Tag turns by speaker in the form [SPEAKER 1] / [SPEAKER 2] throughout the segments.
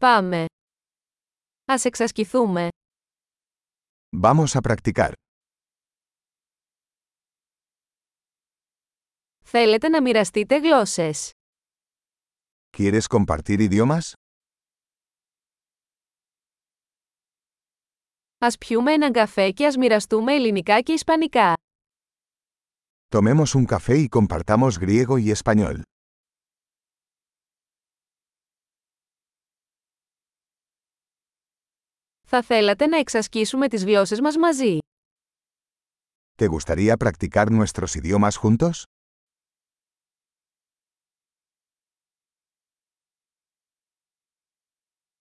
[SPEAKER 1] Πάμε. Ας εξασκηθούμε.
[SPEAKER 2] Vamos a practicar.
[SPEAKER 1] Θέλετε να μοιραστείτε γλώσσες.
[SPEAKER 2] ¿Quieres compartir idiomas?
[SPEAKER 1] Ας πιούμε έναν καφέ και ας μοιραστούμε ελληνικά και ισπανικά.
[SPEAKER 2] Tomemos un café y compartamos griego y español.
[SPEAKER 1] Θα θέλατε να εξασκήσουμε τις γλώσσες μας μαζί.
[SPEAKER 2] ¿Te gustaría practicar nuestros idiomas juntos?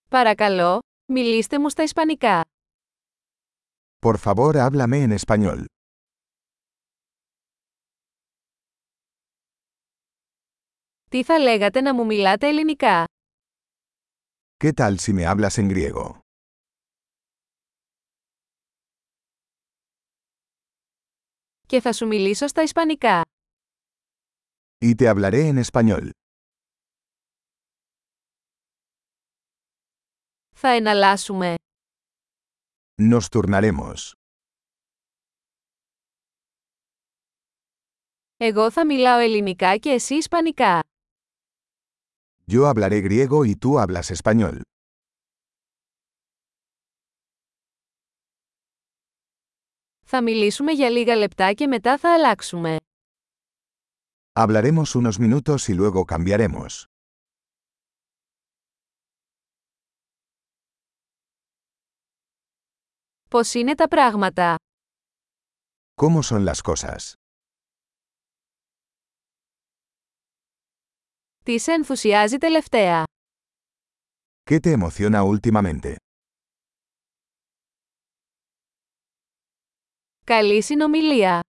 [SPEAKER 1] Παρακαλώ, μιλήστε μου στα ισπανικά.
[SPEAKER 2] Por favor, háblame en español.
[SPEAKER 1] Τι θα λέγατε να μου μιλάτε ελληνικά.
[SPEAKER 2] ¿Qué tal si me hablas en griego?
[SPEAKER 1] Και θα σου μιλήσω στα ισπανικά.
[SPEAKER 2] Y te hablaré en español.
[SPEAKER 1] Θα εναλλάσσουμε.
[SPEAKER 2] Nos turnaremos.
[SPEAKER 1] Εγώ θα μιλάω ελληνικά και εσύ ισπανικά.
[SPEAKER 2] Yo hablaré griego y tú hablas español.
[SPEAKER 1] Θα μιλήσουμε για λίγα λεπτά και μετά θα αλλάξουμε.
[SPEAKER 2] Hablaremos unos minutos y luego cambiaremos.
[SPEAKER 1] Πώς είναι τα πράγματα.
[SPEAKER 2] ¿Cómo son las cosas?
[SPEAKER 1] Τι σε ενθουσιάζει τελευταία.
[SPEAKER 2] ¿Qué te emociona últimamente?
[SPEAKER 1] Καλή συνομιλία.